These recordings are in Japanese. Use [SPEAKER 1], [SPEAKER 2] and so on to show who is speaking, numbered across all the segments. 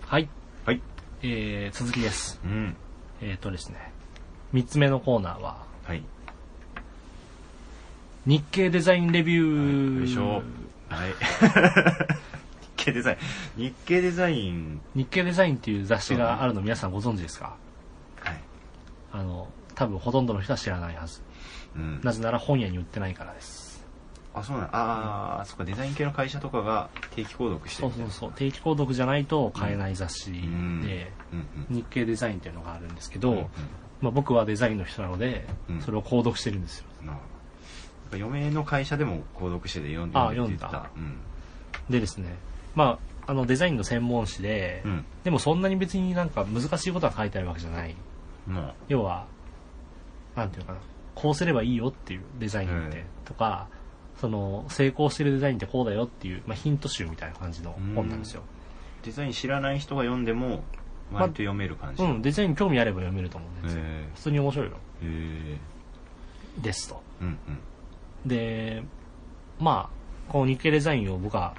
[SPEAKER 1] はい。
[SPEAKER 2] はい。
[SPEAKER 1] えー、続きです。
[SPEAKER 2] うん。
[SPEAKER 1] えっ、とですね。三つ目のコーナーは、
[SPEAKER 2] はい。
[SPEAKER 1] 日経デザインレビュー。
[SPEAKER 2] よいしょ。はい。 日経デザイン。日経デザイン。
[SPEAKER 1] 日経デザインっていう雑誌があるの皆さんご存知ですか
[SPEAKER 2] はい。
[SPEAKER 1] あの、多分ほとんどの人は知らないはず。
[SPEAKER 2] うん。
[SPEAKER 1] なぜなら本屋に売ってないからです。
[SPEAKER 2] あ、そうなんああ、そっか、デザイン系の会社とかが定期購読し
[SPEAKER 1] そ
[SPEAKER 2] てる
[SPEAKER 1] う
[SPEAKER 2] みたい
[SPEAKER 1] そう
[SPEAKER 2] な。
[SPEAKER 1] そう。定期購読じゃないと買えない雑誌
[SPEAKER 2] うん
[SPEAKER 1] で、
[SPEAKER 2] うんうん。
[SPEAKER 1] 日経デザインっていうのがあるんですけど、
[SPEAKER 2] うんうん
[SPEAKER 1] まあ、僕はデザインの人なので、
[SPEAKER 2] うん
[SPEAKER 1] それを購読してるんですよ。
[SPEAKER 2] なあ嫁の会社でも購読してて読んで
[SPEAKER 1] あ
[SPEAKER 2] るって言ってた。
[SPEAKER 1] 読でですね、まあ、あのデザインの専門誌で、
[SPEAKER 2] うん。うん。
[SPEAKER 1] でもそんなに別になんか難しいことは書いてあるわけじゃない。
[SPEAKER 2] も
[SPEAKER 1] 要は、なんていうのかな、こうすればいいよっていうデザインって、
[SPEAKER 2] うん
[SPEAKER 1] とか、その成功してるデザインってこうだよっていう、まあ、ヒント集みたいな感じの本なんですよ。
[SPEAKER 2] う、デザイン知らない人が読んでも、割と読める感じ。
[SPEAKER 1] う
[SPEAKER 2] へ
[SPEAKER 1] ん、デザインに興味あれば読めると思うんですよ。
[SPEAKER 2] え
[SPEAKER 1] 普通に面白いよ。
[SPEAKER 2] へえ
[SPEAKER 1] ですと。
[SPEAKER 2] うん
[SPEAKER 1] で、まあ、この日経デザインを僕は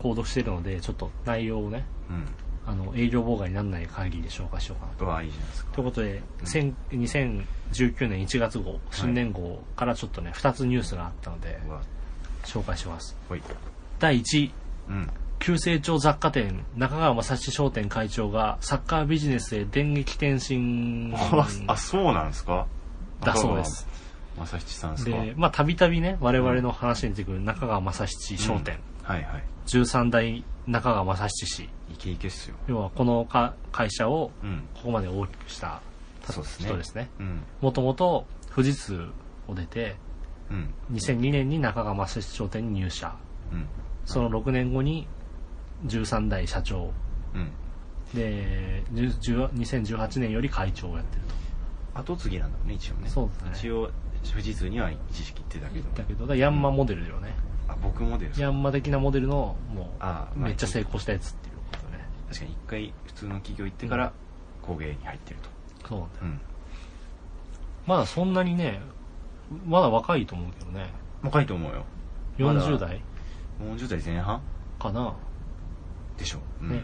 [SPEAKER 1] 購読してるので、ちょっと内容をね、
[SPEAKER 2] うん。うん。
[SPEAKER 1] あの、営業妨害にならない限りで紹介しようかなと。
[SPEAKER 2] うわ、いいじゃないですか。
[SPEAKER 1] ということで、千2019年1月号、新年号からちょっとね、2つニュースがあったので、
[SPEAKER 2] うわ、
[SPEAKER 1] 紹介します。
[SPEAKER 2] ほい。
[SPEAKER 1] 第1位、
[SPEAKER 2] うん。
[SPEAKER 1] 急成長雑貨店、中川正史商店会長がサッカービジネスへ電撃転身
[SPEAKER 2] あ、あそうなんですか
[SPEAKER 1] だそうです。。
[SPEAKER 2] 中川正七さんですか
[SPEAKER 1] で、まあ、たびたびね、我々の話に出てくる中川正七商店、
[SPEAKER 2] はいはい。
[SPEAKER 1] 13代中川正七氏、
[SPEAKER 2] イケイケっすよ。
[SPEAKER 1] 要はこのか会社を
[SPEAKER 2] うん。
[SPEAKER 1] ここまで大きくした
[SPEAKER 2] そうですね
[SPEAKER 1] 人ですね。
[SPEAKER 2] うん。
[SPEAKER 1] もともと富士通を出て、
[SPEAKER 2] うん。
[SPEAKER 1] 2002年に中川正史商店に入社
[SPEAKER 2] うん。
[SPEAKER 1] その6年後に13代社長
[SPEAKER 2] うん。
[SPEAKER 1] で10 2018年より会長をやってる
[SPEAKER 2] 後継ぎなんだもんね、一応ね。
[SPEAKER 1] そうですね
[SPEAKER 2] 一応、富士通には一時期行ってたけど
[SPEAKER 1] と。だけどだからヤンマモデルだよね、
[SPEAKER 2] あ、僕もです。
[SPEAKER 1] ヤンマ的なモデルのも
[SPEAKER 2] あ
[SPEAKER 1] う
[SPEAKER 2] まあ
[SPEAKER 1] めっちゃ成功したやつっていうことね
[SPEAKER 2] 確かに一回普通の企業行ってから工芸に入ってると。
[SPEAKER 1] そうなんだよ
[SPEAKER 2] うん。
[SPEAKER 1] まだそんなにねまだ若いと思うけどね
[SPEAKER 2] 若いと思うよ。まだ
[SPEAKER 1] 40代
[SPEAKER 2] 40代前半
[SPEAKER 1] かな、
[SPEAKER 2] でしょ。うん
[SPEAKER 1] ね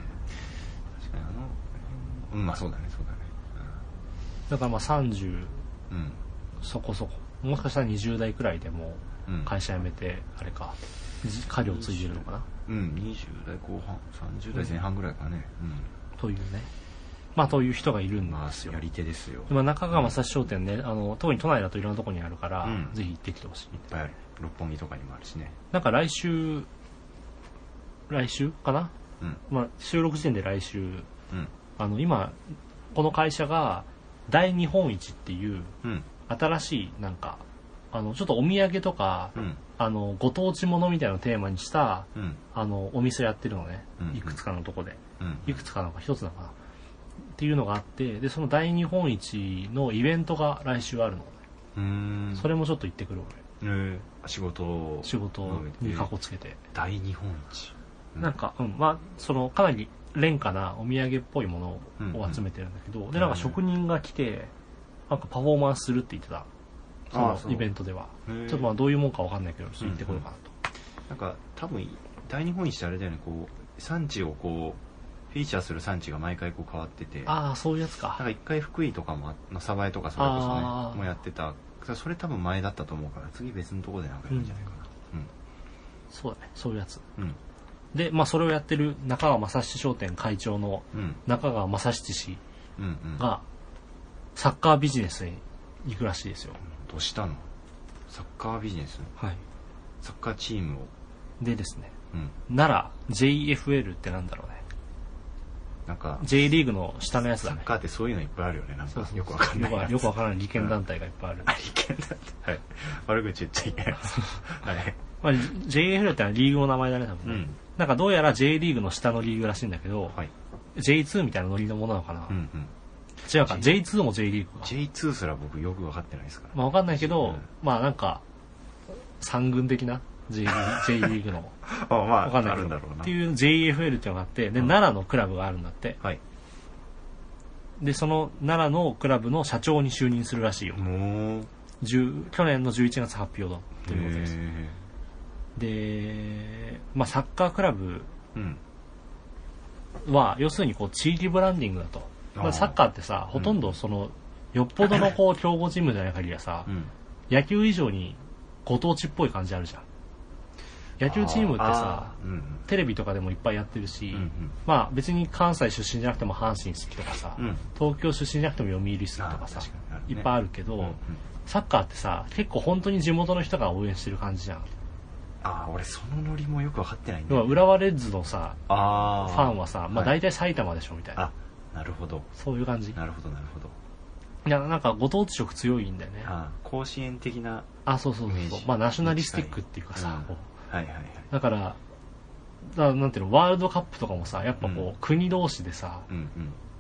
[SPEAKER 2] 確かにあの、うん、まあそうだね、そうだね。
[SPEAKER 1] だからまあ30
[SPEAKER 2] うん。
[SPEAKER 1] そこそこもしかしたら20代くらいでも
[SPEAKER 2] うん。うん
[SPEAKER 1] う会社辞めてあれかじ家業ついてるのかな
[SPEAKER 2] うん、20代後半、30代前半ぐらいかね。
[SPEAKER 1] というね。まあ、という人がいる
[SPEAKER 2] うんん。ま
[SPEAKER 1] ですよ
[SPEAKER 2] あ、や。り手ですよ。
[SPEAKER 1] 今、中川正史商店ね、あの、特に都内だといろんなとこにあるから、
[SPEAKER 2] うん
[SPEAKER 1] ぜひ行ってきてほしい。
[SPEAKER 2] いっぱいある。六本木とかにもあるしね。
[SPEAKER 1] なんか来週、来週かな
[SPEAKER 2] うん。
[SPEAKER 1] まあ、収録時点で来週、
[SPEAKER 2] うん。
[SPEAKER 1] あの、今、この会社が、大日本一っていう、
[SPEAKER 2] うん。
[SPEAKER 1] 新しい、なんか、あの、ちょっとお土産とか、
[SPEAKER 2] うん。
[SPEAKER 1] あの、ご当地ものみたいなのをテーマにした、
[SPEAKER 2] うん。
[SPEAKER 1] あの、お店やってるのね
[SPEAKER 2] うん。
[SPEAKER 1] いくつかのとこで。
[SPEAKER 2] うん。
[SPEAKER 1] いくつかなんか一つなのかなっていうのがあってでその大日本一のイベントが来週あるの、
[SPEAKER 2] うーん。
[SPEAKER 1] それもちょっと行ってくる
[SPEAKER 2] えー仕事を
[SPEAKER 1] 俺仕事にかこつけて、
[SPEAKER 2] 大日本一。うん
[SPEAKER 1] なんか、うん、まあそのかなり廉価なお土産っぽいものを集めてるんだけど、でなんか職人が来てなんかパフォーマンスするって言ってたそ
[SPEAKER 2] ああ
[SPEAKER 1] の
[SPEAKER 2] そう
[SPEAKER 1] イベントでは
[SPEAKER 2] へー
[SPEAKER 1] ちょっとまあどういうもんかわかんないけどちょっと行ってこようかなと、
[SPEAKER 2] なんか、多分、大日本一ってあれだよね、こう、産地をこう、フィーチャーする産地が毎回こう変わってて、なん
[SPEAKER 1] ああそういうやつか
[SPEAKER 2] か一回福井とかも、の鯖江とかそれこそね
[SPEAKER 1] あー、
[SPEAKER 2] もうやってた。それ多分前だったと思うから、次別のとこでなんかやるんじゃないかな。
[SPEAKER 1] そうだねそういうやつ
[SPEAKER 2] うん。
[SPEAKER 1] でまあそれをやってる中川正七商店会長の
[SPEAKER 2] うん。
[SPEAKER 1] 中川正七氏
[SPEAKER 2] うん。うん。うん。
[SPEAKER 1] がサッカービジネスに行くらしいですよ。
[SPEAKER 2] どうしたのサッカービジネス
[SPEAKER 1] はい。
[SPEAKER 2] サッカーチームを。
[SPEAKER 1] でですね、
[SPEAKER 2] うん。
[SPEAKER 1] 奈良 JFL ってなんだろうね。
[SPEAKER 2] なんか、
[SPEAKER 1] J リーグの下のやつ
[SPEAKER 2] サ
[SPEAKER 1] だ
[SPEAKER 2] ッ
[SPEAKER 1] ね。
[SPEAKER 2] カーってそういうのいっぱいあるよね、なん
[SPEAKER 1] そう
[SPEAKER 2] か
[SPEAKER 1] そう。
[SPEAKER 2] よくわかんない
[SPEAKER 1] よ
[SPEAKER 2] や
[SPEAKER 1] く
[SPEAKER 2] つ。
[SPEAKER 1] よくわからない利権団体がいっぱいある。
[SPEAKER 2] 利権だって。はい。悪口言っちゃいけない。はい。
[SPEAKER 1] まあ、JFL ってのはリーグの名前だね、多分ね。
[SPEAKER 2] うん
[SPEAKER 1] なんかどうやら J リーグの下のリーグらしいんだけど、
[SPEAKER 2] はい。
[SPEAKER 1] J2 みたいなノリのものなのかな、
[SPEAKER 2] うんうん。
[SPEAKER 1] 違うか、J2 も J リーグか。
[SPEAKER 2] J2 すら僕よくわかってないですから。
[SPEAKER 1] まあわかんないけど、
[SPEAKER 2] うん
[SPEAKER 1] まあなんか、三軍的な J リ ーグ J リーグの。
[SPEAKER 2] あま
[SPEAKER 1] わかんない
[SPEAKER 2] あ
[SPEAKER 1] け
[SPEAKER 2] るん
[SPEAKER 1] ど。
[SPEAKER 2] だろうな。
[SPEAKER 1] っていう JFL っていうのがあって、で、
[SPEAKER 2] うん
[SPEAKER 1] 奈良のクラブがあるんだって。
[SPEAKER 2] はい。
[SPEAKER 1] で、その奈良のクラブの社長に就任するらしいよ。
[SPEAKER 2] もう、
[SPEAKER 1] 10去年の11月発表だということです。
[SPEAKER 2] へ
[SPEAKER 1] で、まあ、サッカークラブ
[SPEAKER 2] ーうん。
[SPEAKER 1] は、要するにこう地域ブランディングだと。まあ、サッカーってさ、ほとんどその、よっぽどのこう強豪チームじゃない限りはさ、
[SPEAKER 2] うん
[SPEAKER 1] 野球以上にご当地っぽい感じあるじゃん。野球チームってさ、
[SPEAKER 2] あーうん
[SPEAKER 1] テレビとかでもいっぱいやってるし、
[SPEAKER 2] うんうん
[SPEAKER 1] まあ別に関西出身じゃなくても阪神好きとかさ、
[SPEAKER 2] うん
[SPEAKER 1] 東京出身じゃなくても読売好きとかさ
[SPEAKER 2] あー確かにある
[SPEAKER 1] い
[SPEAKER 2] ね
[SPEAKER 1] っぱいあるけど、
[SPEAKER 2] うんうん
[SPEAKER 1] サッカーってさ結構本当に地元の人が応援してる感じじゃん、
[SPEAKER 2] ああ俺そのノリもよく分かってない
[SPEAKER 1] 要は
[SPEAKER 2] ね
[SPEAKER 1] 浦和レッズのさ
[SPEAKER 2] あ
[SPEAKER 1] フ
[SPEAKER 2] あ
[SPEAKER 1] ァンはさ、まあ、
[SPEAKER 2] はい
[SPEAKER 1] 大体埼玉でしょみたいな、
[SPEAKER 2] あなるほど
[SPEAKER 1] そういう感じ
[SPEAKER 2] なるほどなるほど
[SPEAKER 1] いやなんかご当地色強いんだよねあ
[SPEAKER 2] あー甲子園的な
[SPEAKER 1] そうそう
[SPEAKER 2] イメ
[SPEAKER 1] そう
[SPEAKER 2] ージ
[SPEAKER 1] まあナショナリスティックっていうかさ、
[SPEAKER 2] うん
[SPEAKER 1] こう
[SPEAKER 2] はいはいはい
[SPEAKER 1] だからだからなんていうのワールドカップとかもさやっぱこう、
[SPEAKER 2] うん
[SPEAKER 1] 国同士でさ
[SPEAKER 2] うん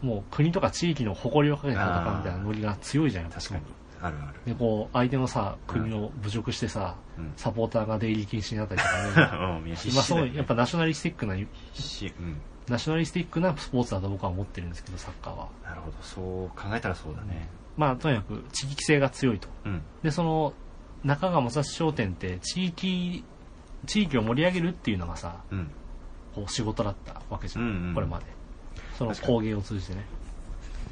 [SPEAKER 2] うん
[SPEAKER 1] もう国とか地域の誇りをかけて戦うみたいなノリが強いじゃんやっぱ
[SPEAKER 2] 確かにあるある
[SPEAKER 1] でこう相手のさ国を侮辱してさ、
[SPEAKER 2] うん
[SPEAKER 1] サポーターが出入り禁止になったりと かね
[SPEAKER 2] うんいや必
[SPEAKER 1] 今
[SPEAKER 2] 死
[SPEAKER 1] そ
[SPEAKER 2] だよ
[SPEAKER 1] う
[SPEAKER 2] ね
[SPEAKER 1] やっぱナショナリスティックな
[SPEAKER 2] 必死 うん
[SPEAKER 1] ナショナリスティックなスポーツだと僕は思ってるんですけどサッカーは
[SPEAKER 2] なるほどそう考えたらそうだね
[SPEAKER 1] まあとにかく地域性が強いと
[SPEAKER 2] うん
[SPEAKER 1] でその中川正史商店って地域地域を盛り上げるっていうのがさ
[SPEAKER 2] うん
[SPEAKER 1] こう仕事だったわけじゃん、
[SPEAKER 2] うんうん
[SPEAKER 1] これまでその
[SPEAKER 2] 確かに
[SPEAKER 1] 工芸を通じてね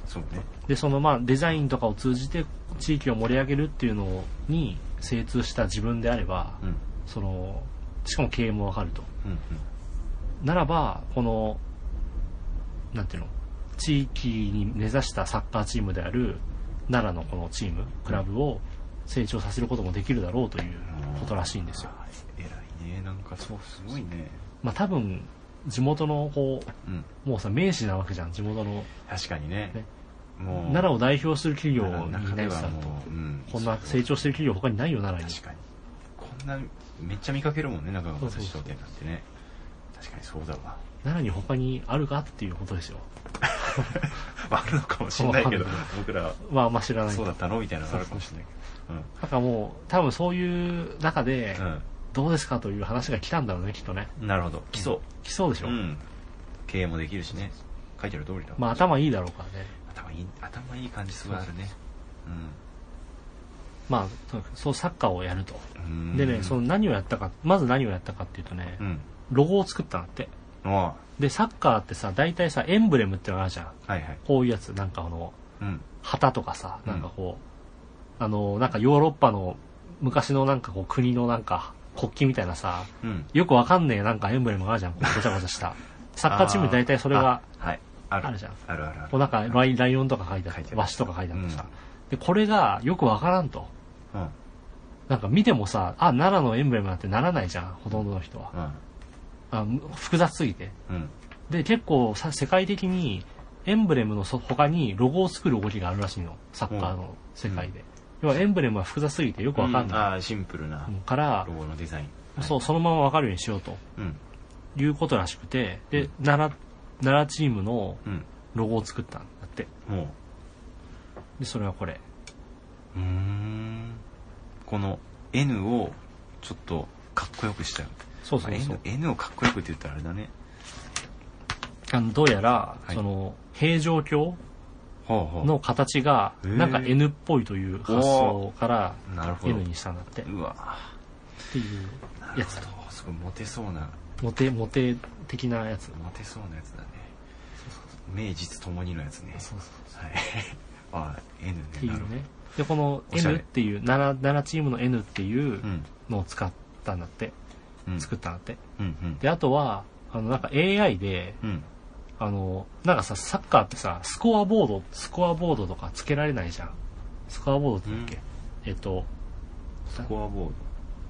[SPEAKER 2] そうね
[SPEAKER 1] でそのまあデザインとかを通じて地域を盛り上げるっていうのに精通した自分であれば、
[SPEAKER 2] うん
[SPEAKER 1] そのしかも経営もわかると
[SPEAKER 2] うんうん
[SPEAKER 1] ならばこのなんていうの地域に根ざしたサッカーチームである奈良のこのチームクラブを成長させることもできるだろうということらしいんですよ、
[SPEAKER 2] あー偉いねなんかそうすごいね
[SPEAKER 1] まあ、多分地元のこ
[SPEAKER 2] うん
[SPEAKER 1] うもうさ名士なわけじゃん地元の
[SPEAKER 2] 確かにね
[SPEAKER 1] ね
[SPEAKER 2] もう
[SPEAKER 1] 奈良を代表する企業
[SPEAKER 2] 奈良の
[SPEAKER 1] に
[SPEAKER 2] 中で
[SPEAKER 1] な
[SPEAKER 2] は
[SPEAKER 1] さんと
[SPEAKER 2] もううん
[SPEAKER 1] こんな成長してる企業他にないよ奈良に
[SPEAKER 2] 確かにこんなめっちゃ見かけるもんね中川正史
[SPEAKER 1] そ
[SPEAKER 2] 商
[SPEAKER 1] うそうそう
[SPEAKER 2] 店なんてね確かにそうだわ
[SPEAKER 1] 奈良に他にあるかっていうことですよ
[SPEAKER 2] あるのかもしれないけど
[SPEAKER 1] わかん
[SPEAKER 2] 僕ら
[SPEAKER 1] まああんま知らない
[SPEAKER 2] そうだ
[SPEAKER 1] だ
[SPEAKER 2] ったのみたいなのがあるかもしれないけど
[SPEAKER 1] なんかもう多分そういう中で
[SPEAKER 2] うん
[SPEAKER 1] どうですかという話が来たんだろうねきっとね
[SPEAKER 2] うんなるほど基礎
[SPEAKER 1] 来そうでしょ、
[SPEAKER 2] うん経営もできるしね書いてある通りだ
[SPEAKER 1] まあ頭いいだろうからね。
[SPEAKER 2] 頭いい頭いい感じすごいあるね
[SPEAKER 1] まあ、とにかくそうサッカーをやると。
[SPEAKER 2] うん
[SPEAKER 1] でね、その何をやったか、まず何をやったかっていうとね
[SPEAKER 2] う、ん
[SPEAKER 1] ロゴを作ったんだって。
[SPEAKER 2] あ
[SPEAKER 1] で、サッカーってさ、大体さ、エンブレムってのがあるじゃん。
[SPEAKER 2] あはいはい
[SPEAKER 1] こういうやつ、なんかあの、
[SPEAKER 2] うん
[SPEAKER 1] 旗とかさ、
[SPEAKER 2] うん
[SPEAKER 1] なんかこう、あの、なんかヨーロッパの昔のなんかこう国のなんか国旗みたいなさ、
[SPEAKER 2] うん
[SPEAKER 1] よくわかんねえなんかエンブレムがあるじゃん、こうごちゃごちゃ した。サッカーチームに大体それが、
[SPEAKER 2] あはいある
[SPEAKER 1] あるじゃん
[SPEAKER 2] あるあるあ
[SPEAKER 1] こう
[SPEAKER 2] る
[SPEAKER 1] なんかライライオンとか書いてあ
[SPEAKER 2] 書い
[SPEAKER 1] って
[SPEAKER 2] あ
[SPEAKER 1] て、
[SPEAKER 2] る
[SPEAKER 1] ワシとか書いてあってさ、で、これがよくわからんと。
[SPEAKER 2] うんうん
[SPEAKER 1] なんか見てもさ、あ、奈良のエンブレムなんてならないじゃん、ほとんどの人は。あむ複雑すぎて。
[SPEAKER 2] うん
[SPEAKER 1] で、結構さ、世界的にエンブレムのそ他にロゴを作る動きがあるらしいの、サッカーの世界で。要はエンブレムは複雑すぎてよくわかんな。
[SPEAKER 2] ああシンプルない
[SPEAKER 1] から
[SPEAKER 2] ロ、ゴのデザイン
[SPEAKER 1] そう、そのままわかるようにしようと
[SPEAKER 2] うん
[SPEAKER 1] いうことらしくて、
[SPEAKER 2] う
[SPEAKER 1] で
[SPEAKER 2] ん、
[SPEAKER 1] 奈良、奈良チームの
[SPEAKER 2] うん
[SPEAKER 1] ロゴを作ったんだって。
[SPEAKER 2] もう
[SPEAKER 1] で、それはこれ。
[SPEAKER 2] うーんこの N をちょっとかっこよくしたよ
[SPEAKER 1] そう
[SPEAKER 2] まあ
[SPEAKER 1] そうそう
[SPEAKER 2] N。N をかっこよくって言ったらあれだね
[SPEAKER 1] あの、どうやら、
[SPEAKER 2] はい
[SPEAKER 1] その、平城京
[SPEAKER 2] ほうほう
[SPEAKER 1] の形が、
[SPEAKER 2] へー
[SPEAKER 1] なんか N っぽいという発想から、
[SPEAKER 2] なるほど
[SPEAKER 1] N にしたんだって。っ
[SPEAKER 2] うわ
[SPEAKER 1] ていう
[SPEAKER 2] なる
[SPEAKER 1] やつ。
[SPEAKER 2] ほどすごいモテそうな
[SPEAKER 1] モテ、モテ的なやつ。
[SPEAKER 2] モテそうなやつだね名実ともにのやつね
[SPEAKER 1] そうそう
[SPEAKER 2] はい あ N ね
[SPEAKER 1] っていう
[SPEAKER 2] なるほ
[SPEAKER 1] ね。で、この
[SPEAKER 2] おしゃ
[SPEAKER 1] N
[SPEAKER 2] れ
[SPEAKER 1] っていう、奈良、奈良チームの N っていう
[SPEAKER 2] どうん
[SPEAKER 1] のを使ったんだって。
[SPEAKER 2] うん
[SPEAKER 1] 作ったんだって。
[SPEAKER 2] うんうん
[SPEAKER 1] で、あとは、あの、なんか AI で、
[SPEAKER 2] うん
[SPEAKER 1] あの、なんかさ、サッカーってさ、スコアボード、スコアボードとかつけられないじゃん。スコアボードって言うんだっけ、えっと、
[SPEAKER 2] スコアボ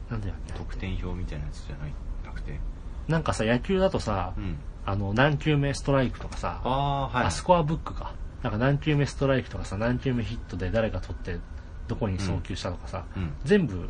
[SPEAKER 2] ー
[SPEAKER 1] なんだよ、
[SPEAKER 2] ド得点表みたいなやつじゃないなくて
[SPEAKER 1] なんかさ、野球だとさ、
[SPEAKER 2] うん
[SPEAKER 1] あの、何球目ストライクとかさ、
[SPEAKER 2] ああーは
[SPEAKER 1] あ
[SPEAKER 2] い
[SPEAKER 1] スコアブックか。なんか何球目ストライクとかさ、何球目ヒットで誰が取って、どこに送球したとかさ、
[SPEAKER 2] うん
[SPEAKER 1] 全部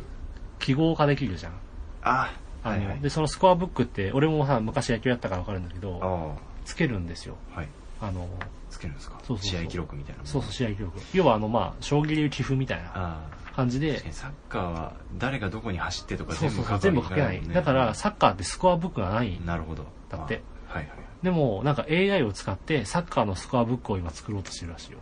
[SPEAKER 1] 記号化できるじゃん。
[SPEAKER 2] あ
[SPEAKER 1] あの、
[SPEAKER 2] はいはい
[SPEAKER 1] で、そのスコアブックって、俺もさ、昔野球やったからわかるんだけ
[SPEAKER 2] あ
[SPEAKER 1] ど、
[SPEAKER 2] あ
[SPEAKER 1] つけるんですよ。
[SPEAKER 2] はい
[SPEAKER 1] あの、
[SPEAKER 2] つけるんですか
[SPEAKER 1] そうそうそう
[SPEAKER 2] 試合記録みたいなもん
[SPEAKER 1] そうそう、試合記録。要はあの、まあ、将棋でいう棋譜みたいな
[SPEAKER 2] ああ
[SPEAKER 1] 感じで
[SPEAKER 2] 確か、にサッカーは誰がどこに走ってとか
[SPEAKER 1] そう
[SPEAKER 2] 全
[SPEAKER 1] そ
[SPEAKER 2] 部
[SPEAKER 1] うそう、
[SPEAKER 2] 書
[SPEAKER 1] 全部書けない。だから、
[SPEAKER 2] ね
[SPEAKER 1] サッカーってスコアブックがない。
[SPEAKER 2] なるほど
[SPEAKER 1] だって
[SPEAKER 2] あはいはい
[SPEAKER 1] でも、なんか AI を使って、サッカーのスコアブックを今作ろうとしてるらしいよ。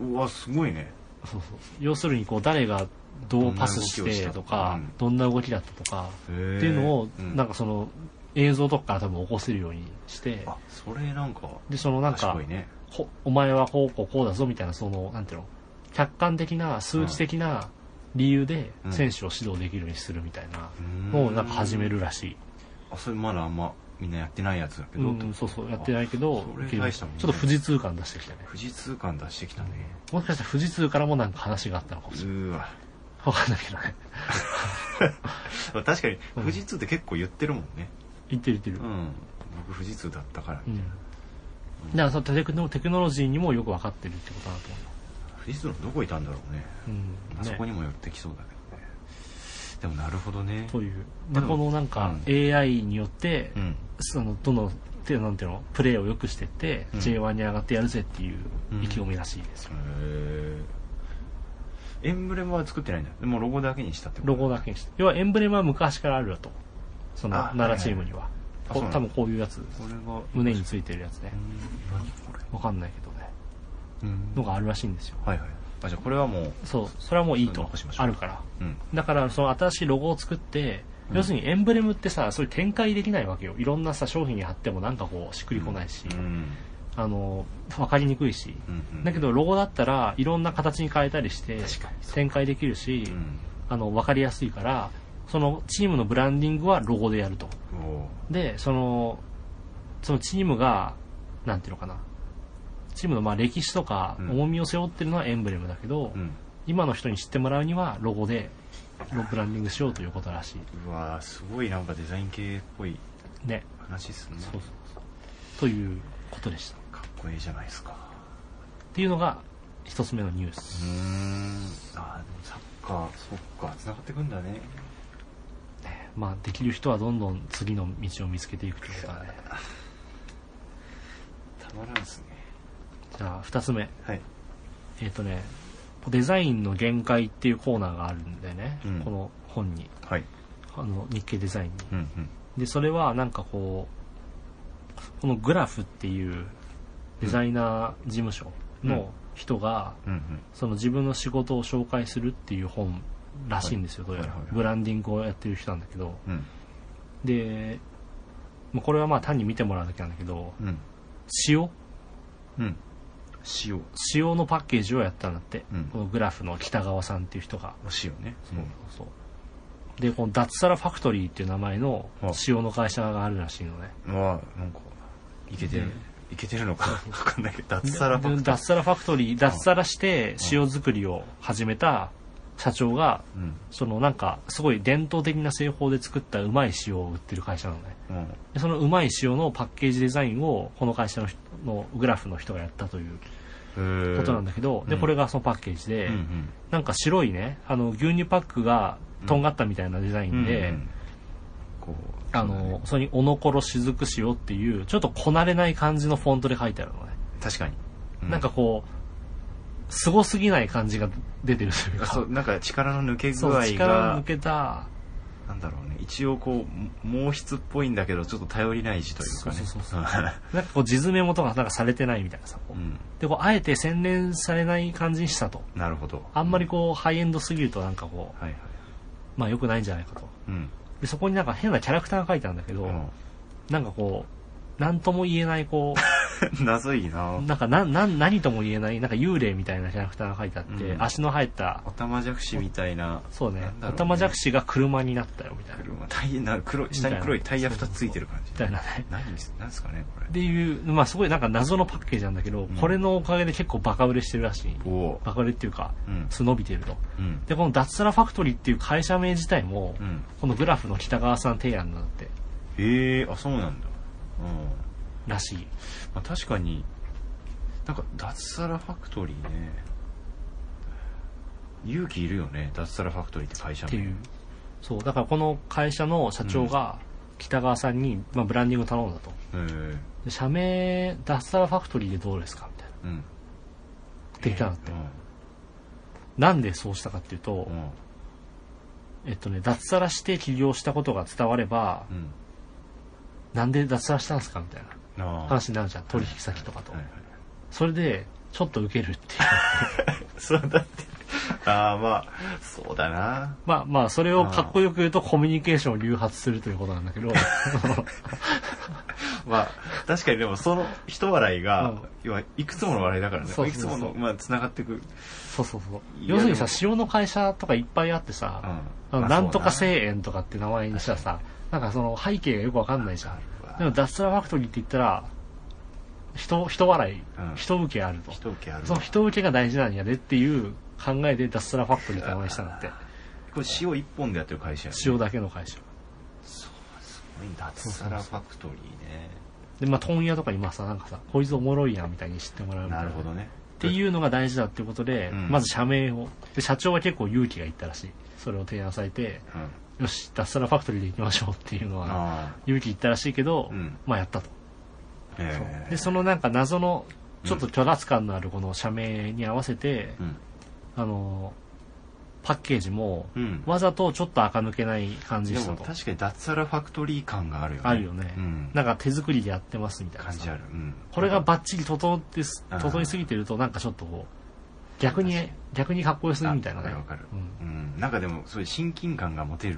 [SPEAKER 2] うわすごいね
[SPEAKER 1] そうそう要するにこう誰がどうパスしてとか
[SPEAKER 2] ど
[SPEAKER 1] どんな動きだったとか
[SPEAKER 2] って
[SPEAKER 1] っていうのを
[SPEAKER 2] ん
[SPEAKER 1] なんかその映像とかから多分起こせるようにして、
[SPEAKER 2] あそれなんか
[SPEAKER 1] で、そのなんか
[SPEAKER 2] 賢、いね
[SPEAKER 1] こお前はこうこうこうだぞみたいな、その、なんていうの、客観的な、数値的な理由で
[SPEAKER 2] うん
[SPEAKER 1] 選手を指導できるようにするみたいな
[SPEAKER 2] うん
[SPEAKER 1] のをなんか始めるらしい。
[SPEAKER 2] あそれまだあんまみんなやってないやつだけ
[SPEAKER 1] う
[SPEAKER 2] ど、
[SPEAKER 1] ん、そうそう、やってないけど
[SPEAKER 2] そ、れ
[SPEAKER 1] できる
[SPEAKER 2] 大し
[SPEAKER 1] ち
[SPEAKER 2] た
[SPEAKER 1] ょ
[SPEAKER 2] も
[SPEAKER 1] っ
[SPEAKER 2] ん
[SPEAKER 1] と
[SPEAKER 2] ね
[SPEAKER 1] 富士通感出してきたね。
[SPEAKER 2] 富士通感出してきたね
[SPEAKER 1] もしかしたら富士通からもなんか話があったのかも
[SPEAKER 2] う
[SPEAKER 1] しれない。
[SPEAKER 2] ーわ
[SPEAKER 1] わかんないけどね。
[SPEAKER 2] 確かに
[SPEAKER 1] うん
[SPEAKER 2] 富士通って結構言ってるもんね
[SPEAKER 1] 言ってる言って
[SPEAKER 2] う
[SPEAKER 1] る。
[SPEAKER 2] ん僕富士通だったから
[SPEAKER 1] う
[SPEAKER 2] み
[SPEAKER 1] ん。
[SPEAKER 2] た
[SPEAKER 1] だ
[SPEAKER 2] いな、
[SPEAKER 1] からそのテクノテクノロジーにもよくわかってるってことだと思
[SPEAKER 2] 富士通のどこいたんだろうね
[SPEAKER 1] う。うん。
[SPEAKER 2] あそこ
[SPEAKER 1] ね
[SPEAKER 2] にも寄ってきそうだけどねでもなるほどね
[SPEAKER 1] という。で、
[SPEAKER 2] でも
[SPEAKER 1] このなんか
[SPEAKER 2] う
[SPEAKER 1] AI によって
[SPEAKER 2] う、ん
[SPEAKER 1] その、どの、てなんていうの、プレーを良くしてって、
[SPEAKER 2] うん
[SPEAKER 1] J1 に上がってやるぜっていう
[SPEAKER 2] うん
[SPEAKER 1] 意気込みらしいですよ。
[SPEAKER 2] へえエンブレムは作ってないんだでもロゴだけにしたってこと
[SPEAKER 1] ロゴだけにして。要はエンブレムは昔からあるだと。その、
[SPEAKER 2] あ
[SPEAKER 1] 奈良チームには。こ
[SPEAKER 2] あそうなんだ
[SPEAKER 1] 多分こういうやつ。
[SPEAKER 2] これが
[SPEAKER 1] 胸についてるやつね
[SPEAKER 2] う。ん何これ
[SPEAKER 1] わかんないけどね。
[SPEAKER 2] うん
[SPEAKER 1] のがあるらしいんですよ。
[SPEAKER 2] はいはいあじゃあこれはもう
[SPEAKER 1] そう、それはもういい
[SPEAKER 2] そう
[SPEAKER 1] と
[SPEAKER 2] 残しましょ
[SPEAKER 1] あ
[SPEAKER 2] う
[SPEAKER 1] るから。
[SPEAKER 2] うん
[SPEAKER 1] だから、その新しいロゴを作って、
[SPEAKER 2] うん
[SPEAKER 1] 要するにエンブレムってさ、それ展開できないわけよ。いろんなさ、商品に貼ってもなんかこう、しっくりこないし、
[SPEAKER 2] うん
[SPEAKER 1] あの、わかりにくいし。
[SPEAKER 2] うんうん
[SPEAKER 1] だけど、ロゴだったらいろんな形に変えたりして、
[SPEAKER 2] 確かにそう
[SPEAKER 1] 展開できるし、
[SPEAKER 2] うん
[SPEAKER 1] あの、わかりやすいから、そのチームのブランディングはロゴでやると。
[SPEAKER 2] おー
[SPEAKER 1] で、その、そのチームが、なんていうのかな。チームのまあ歴史とか
[SPEAKER 2] うん
[SPEAKER 1] 重みを背負ってるのはエンブレムだけど、
[SPEAKER 2] うん
[SPEAKER 1] 今の人に知ってもらうにはロゴでロブランディングしようということらし
[SPEAKER 2] うわーすごいなんかデザイン系っぽい
[SPEAKER 1] いね
[SPEAKER 2] 話っすね
[SPEAKER 1] そうそうそうということでしたっ
[SPEAKER 2] かっこいいじゃないですか
[SPEAKER 1] ていうのが一つ目のニュー
[SPEAKER 2] うー
[SPEAKER 1] ス、
[SPEAKER 2] んあーでもサッカーそっか繋がってくんだね
[SPEAKER 1] まあできる人はどんどん次の道を見つけていくということだね
[SPEAKER 2] たまらんっすね
[SPEAKER 1] じゃあ二つ目
[SPEAKER 2] はい
[SPEAKER 1] えっ、とねデザインの限界っていうコーナーがあるんでね、
[SPEAKER 2] うん
[SPEAKER 1] この本に
[SPEAKER 2] はい
[SPEAKER 1] あの日経デザインに
[SPEAKER 2] うんうん
[SPEAKER 1] でそれはなんかこうこのグラフっていうデザイナー事務所の人が、
[SPEAKER 2] うんうん
[SPEAKER 1] その自分の仕事を紹介するっていう本らしいんですよ、
[SPEAKER 2] はい
[SPEAKER 1] どうやら
[SPEAKER 2] はいはいはい
[SPEAKER 1] ブランディングをやってる人なんだけど
[SPEAKER 2] うん
[SPEAKER 1] でまあこれはまあ単に見てもらうだけなんだけど
[SPEAKER 2] うん
[SPEAKER 1] 塩
[SPEAKER 2] うん塩お
[SPEAKER 1] 塩のパッケージをやったんだって、
[SPEAKER 2] うん
[SPEAKER 1] このグラフの北川さんっていう人が、
[SPEAKER 2] 塩ね
[SPEAKER 1] そうそうでこの脱サラファクトリーっていう名前の
[SPEAKER 2] はい
[SPEAKER 1] 塩の会社があるらしいのね
[SPEAKER 2] うんわあなんかいけてる
[SPEAKER 1] ね
[SPEAKER 2] いけてるのかわかんないけど脱サラばっ
[SPEAKER 1] で
[SPEAKER 2] か
[SPEAKER 1] 脱サラファクトリー脱サラして塩作りを始めた社長が
[SPEAKER 2] うん
[SPEAKER 1] そのなんかすごい伝統的な製法で作ったうまい塩を売ってる会社なのね
[SPEAKER 2] うん
[SPEAKER 1] でそのうまい塩のパッケージデザインをこの会社の人のグラフの人がやったという
[SPEAKER 2] こ
[SPEAKER 1] ことなんだけど、で
[SPEAKER 2] うん
[SPEAKER 1] これがそのパッケージで、
[SPEAKER 2] うんうん
[SPEAKER 1] なんか白いねあの牛乳パックがとんがったみたいなデザインで、
[SPEAKER 2] うんうんこう
[SPEAKER 1] あのそれに「おのころしずく塩」っていうちょっとこなれない感じのフォントで書いてあるのね、
[SPEAKER 2] 確かにう
[SPEAKER 1] なんかこうすごすぎない感じが出てるというか
[SPEAKER 2] そうなんか力の抜け具
[SPEAKER 1] そ
[SPEAKER 2] 合
[SPEAKER 1] う力
[SPEAKER 2] が
[SPEAKER 1] 抜けた
[SPEAKER 2] なんだろうね一応こうも毛筆っぽいんだけどちょっと頼りない字というかね
[SPEAKER 1] そうそうそうなんかこう地詰めもとかなんかされてないみたいなさこう、
[SPEAKER 2] うん
[SPEAKER 1] でこうあえて洗練されない感じにしたと
[SPEAKER 2] なるほど
[SPEAKER 1] あんまりこう、ハイエンドすぎるとなんかこう、
[SPEAKER 2] はいはい
[SPEAKER 1] まあ良くないんじゃないかと。
[SPEAKER 2] うん
[SPEAKER 1] で、そこになんか変なキャラクターが書いてあるんだけど、
[SPEAKER 2] うん
[SPEAKER 1] なんかこう、なんとも言えないこ
[SPEAKER 2] 謎いな
[SPEAKER 1] う、 なんかなん、なん、何とも言えない、なんか幽霊みたいなキャラクターが書いてあって、
[SPEAKER 2] うん
[SPEAKER 1] 足の生えた
[SPEAKER 2] お、たまじゃくしみたいな
[SPEAKER 1] そうね、
[SPEAKER 2] なんだろうね
[SPEAKER 1] 頭弱視が車になったよみたいな。み
[SPEAKER 2] 車タイヤな黒い下に黒いタイヤ2つついてる感じ
[SPEAKER 1] たいなね。
[SPEAKER 2] 何です何ですかねこれ
[SPEAKER 1] っていう、まあすごいなんか謎のパッケージなんだけど、
[SPEAKER 2] ん
[SPEAKER 1] これのおかげで結構バカ売れしてるらしい。
[SPEAKER 2] おお
[SPEAKER 1] バカ売れっていうか、
[SPEAKER 2] うん
[SPEAKER 1] すごい伸びてると。
[SPEAKER 2] うん
[SPEAKER 1] で、この脱サラファクトリーっていう会社名自体も、
[SPEAKER 2] うん
[SPEAKER 1] このグラフの北川さん提案なんだって、
[SPEAKER 2] へえあそうなんだうん
[SPEAKER 1] らしい。
[SPEAKER 2] まあ、確かになんか脱サラファクトリーね勇気いるよね脱サラファクトリーって会社
[SPEAKER 1] っ
[SPEAKER 2] 名
[SPEAKER 1] ていうそうだからこの会社の社長が北川さんに、まあ、ブランディング頼んだと
[SPEAKER 2] へー
[SPEAKER 1] で社名ダッサラファクトリーでどうですかみたいな
[SPEAKER 2] うん
[SPEAKER 1] って言ったんだって、なんでそうしたかっていうと、
[SPEAKER 2] うんうん
[SPEAKER 1] えっとね脱サラして起業したことが伝われば、
[SPEAKER 2] うん
[SPEAKER 1] なんで脱サラしたんですかみたいな
[SPEAKER 2] あー
[SPEAKER 1] 話になるじゃん取引先とかと、
[SPEAKER 2] はいはい
[SPEAKER 1] それでちょっと受けるっていう
[SPEAKER 2] そうだってああ、まあ、そうだな。
[SPEAKER 1] まあまあ、それをかっこよく言うとコミュニケーションを流発するということなんだけ ど、
[SPEAKER 2] まあ、確かにでも、その一笑いが、
[SPEAKER 1] うん
[SPEAKER 2] 要はいくつもの笑いだからね。
[SPEAKER 1] そう
[SPEAKER 2] い
[SPEAKER 1] そうそう
[SPEAKER 2] くつもの、まあ、繋がっていく。
[SPEAKER 1] そうそうそう。
[SPEAKER 2] いや
[SPEAKER 1] 要するにさ、
[SPEAKER 2] でも
[SPEAKER 1] 塩の会社とかいっぱいあってさ、
[SPEAKER 2] う
[SPEAKER 1] あ
[SPEAKER 2] んま
[SPEAKER 1] の
[SPEAKER 2] あ
[SPEAKER 1] なんとか
[SPEAKER 2] そうだ
[SPEAKER 1] 製塩とかって名前にしたらさ、なんかその背景がよくわかんないじゃん。
[SPEAKER 2] わ
[SPEAKER 1] でも、ダストラファクトリーって言ったら、人、人笑い、
[SPEAKER 2] うん
[SPEAKER 1] 人受けあると。
[SPEAKER 2] 人受けあるわ
[SPEAKER 1] その人受けが大事なんやでっていう考えでダストラファクトリーって名前にしたんだって。
[SPEAKER 2] これ塩一本でやってる会社やね。
[SPEAKER 1] 塩だけの会社。
[SPEAKER 2] すごい脱サラファクトリーね。
[SPEAKER 1] で、まあ、問屋とか今さ、なんかさ、こいつおもろいやんみたいに知ってもらうみたい
[SPEAKER 2] なるほどね。
[SPEAKER 1] っていうのが大事だっていうことで、
[SPEAKER 2] うん
[SPEAKER 1] まず社名をで社長は結構勇気がいったらしいそれを提案されて
[SPEAKER 2] うん。
[SPEAKER 1] よし脱サラファクトリーで行きましょうっていうのは
[SPEAKER 2] あ
[SPEAKER 1] 勇気いったらしいけど、
[SPEAKER 2] うん
[SPEAKER 1] まあやったと、
[SPEAKER 2] あ。ええ。
[SPEAKER 1] でそのなんか謎のちょっと
[SPEAKER 2] う
[SPEAKER 1] 虚脱感のあるこの社名に合わせて、
[SPEAKER 2] うん。
[SPEAKER 1] あのパッケージも
[SPEAKER 2] うん。
[SPEAKER 1] わざとちょっと垢抜けない感じ
[SPEAKER 2] で
[SPEAKER 1] にした
[SPEAKER 2] も
[SPEAKER 1] と
[SPEAKER 2] 確かに脱サラファクトリー感があるよね。
[SPEAKER 1] あるよね、
[SPEAKER 2] うん。
[SPEAKER 1] なんか手作りでやってますみたいな
[SPEAKER 2] 感
[SPEAKER 1] さ
[SPEAKER 2] じある。うん。
[SPEAKER 1] これがバッチリ整ってす
[SPEAKER 2] うん
[SPEAKER 1] 整いすぎてるとなんかちょっとこう逆に
[SPEAKER 2] 確か
[SPEAKER 1] 逆にかっこよすぎみたいな
[SPEAKER 2] わ
[SPEAKER 1] ね
[SPEAKER 2] かるわかる。
[SPEAKER 1] うん
[SPEAKER 2] うん。なんかでも、そういう親近感が持てる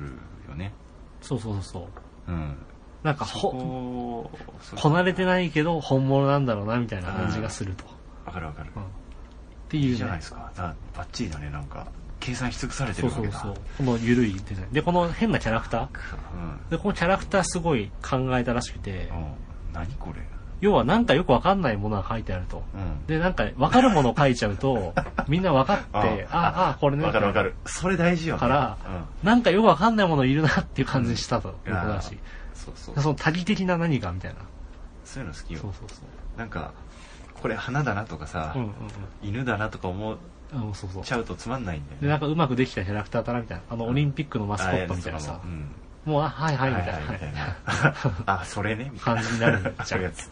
[SPEAKER 2] よね。
[SPEAKER 1] そうそうそうそう。
[SPEAKER 2] うん。
[SPEAKER 1] なんか
[SPEAKER 2] そ
[SPEAKER 1] ほ、
[SPEAKER 2] こ、
[SPEAKER 1] こなれて
[SPEAKER 2] い。
[SPEAKER 1] ないけど本物なんだろうなみたいな感じがすると。
[SPEAKER 2] わかるわかる
[SPEAKER 1] う。んって
[SPEAKER 2] い
[SPEAKER 1] い
[SPEAKER 2] いうじゃない
[SPEAKER 1] ね
[SPEAKER 2] で。すか。だバッチリだね、なんか。計算し尽くされて
[SPEAKER 1] そう
[SPEAKER 2] るわ
[SPEAKER 1] そ
[SPEAKER 2] け
[SPEAKER 1] う
[SPEAKER 2] だ。
[SPEAKER 1] そう。この緩いデザイン。で、この変なキャラクタ
[SPEAKER 2] うん
[SPEAKER 1] ー。で、このキャラクターすごい考えたらしくて、
[SPEAKER 2] うん。何これ。
[SPEAKER 1] 要はなんかよくわかんないものが書いてあると。
[SPEAKER 2] うん。
[SPEAKER 1] で、なんかわかるものを書いちゃう と、みんなわかって、あ
[SPEAKER 2] うん
[SPEAKER 1] あ、あこれね。
[SPEAKER 2] わかるわかる。それ大事よね。
[SPEAKER 1] から
[SPEAKER 2] うん。
[SPEAKER 1] なんかよくわかんないものいるなっていう感じにしたということらしい。
[SPEAKER 2] そうそう。
[SPEAKER 1] その多義的な何かみたいな。
[SPEAKER 2] そういうの好き
[SPEAKER 1] そうそう
[SPEAKER 2] よ。
[SPEAKER 1] そう。
[SPEAKER 2] なんか、これ花だなとかさ
[SPEAKER 1] うん、うん
[SPEAKER 2] 犬だなとか思っ
[SPEAKER 1] うん。うん、そうそう。
[SPEAKER 2] ちゃうとつまんないんだよね。
[SPEAKER 1] で、なんかうまくできたキャラクターだな、みたいな。あの、オリンピックのマスコットみたいな
[SPEAKER 2] あ
[SPEAKER 1] さ
[SPEAKER 2] やつとか。もうん
[SPEAKER 1] もう、あ、はいは、
[SPEAKER 2] はいい
[SPEAKER 1] み
[SPEAKER 2] は
[SPEAKER 1] たい
[SPEAKER 2] い
[SPEAKER 1] な。
[SPEAKER 2] はいみたいな
[SPEAKER 1] はい
[SPEAKER 2] あ、それ ねみた
[SPEAKER 1] 感
[SPEAKER 2] いな。
[SPEAKER 1] じになるじ
[SPEAKER 2] あ
[SPEAKER 1] ゃ
[SPEAKER 2] るや
[SPEAKER 1] ん。
[SPEAKER 2] つ。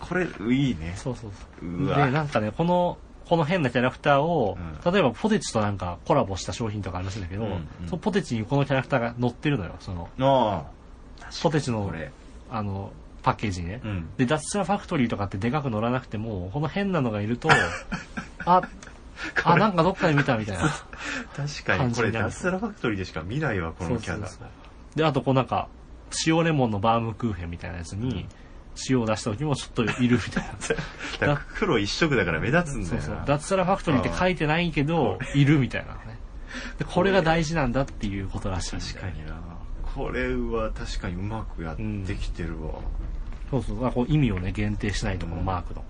[SPEAKER 2] これ、いいね。
[SPEAKER 1] そうそうそうう。
[SPEAKER 2] わ
[SPEAKER 1] で、なんかね、この、この変なキャラクターを、
[SPEAKER 2] うん
[SPEAKER 1] 例えばポテチとなんかコラボした商品とかあるらしいんだけど、
[SPEAKER 2] うんうん
[SPEAKER 1] そのポテチにこのキャラクターが乗ってるのよ。その、
[SPEAKER 2] あ
[SPEAKER 1] ポテチ
[SPEAKER 2] あ、こ
[SPEAKER 1] の、
[SPEAKER 2] れ。
[SPEAKER 1] あの、パッケージにね。
[SPEAKER 2] うん。
[SPEAKER 1] で、ダッツラファクトリーとかってでかく乗らなくても、この変なのがい ると、あ、あ、なんかどっかで見たみたいな。
[SPEAKER 2] 確か
[SPEAKER 1] 感
[SPEAKER 2] に、
[SPEAKER 1] じ
[SPEAKER 2] こ
[SPEAKER 1] にな
[SPEAKER 2] れ、
[SPEAKER 1] る
[SPEAKER 2] ダスラファクトリーでしか見ないわ、このキャ
[SPEAKER 1] そ
[SPEAKER 2] ラ。
[SPEAKER 1] うそうそうで、あとこうなんか、塩レモンのバームクーヘンみたいなやつに、塩を出した時もちょっといるみたいな。
[SPEAKER 2] だから黒一色だから目立つんだ
[SPEAKER 1] そう
[SPEAKER 2] よ
[SPEAKER 1] そう。
[SPEAKER 2] な。
[SPEAKER 1] 脱サラファクトリーって書いてないけど、いるみたいなね。で、これが大事なんだっていうことらしいんだよ
[SPEAKER 2] 確かにな。これは確かにうまくやってきてるわ。
[SPEAKER 1] そうそう。まあ、こう意味をね、限定しないと、このマークの。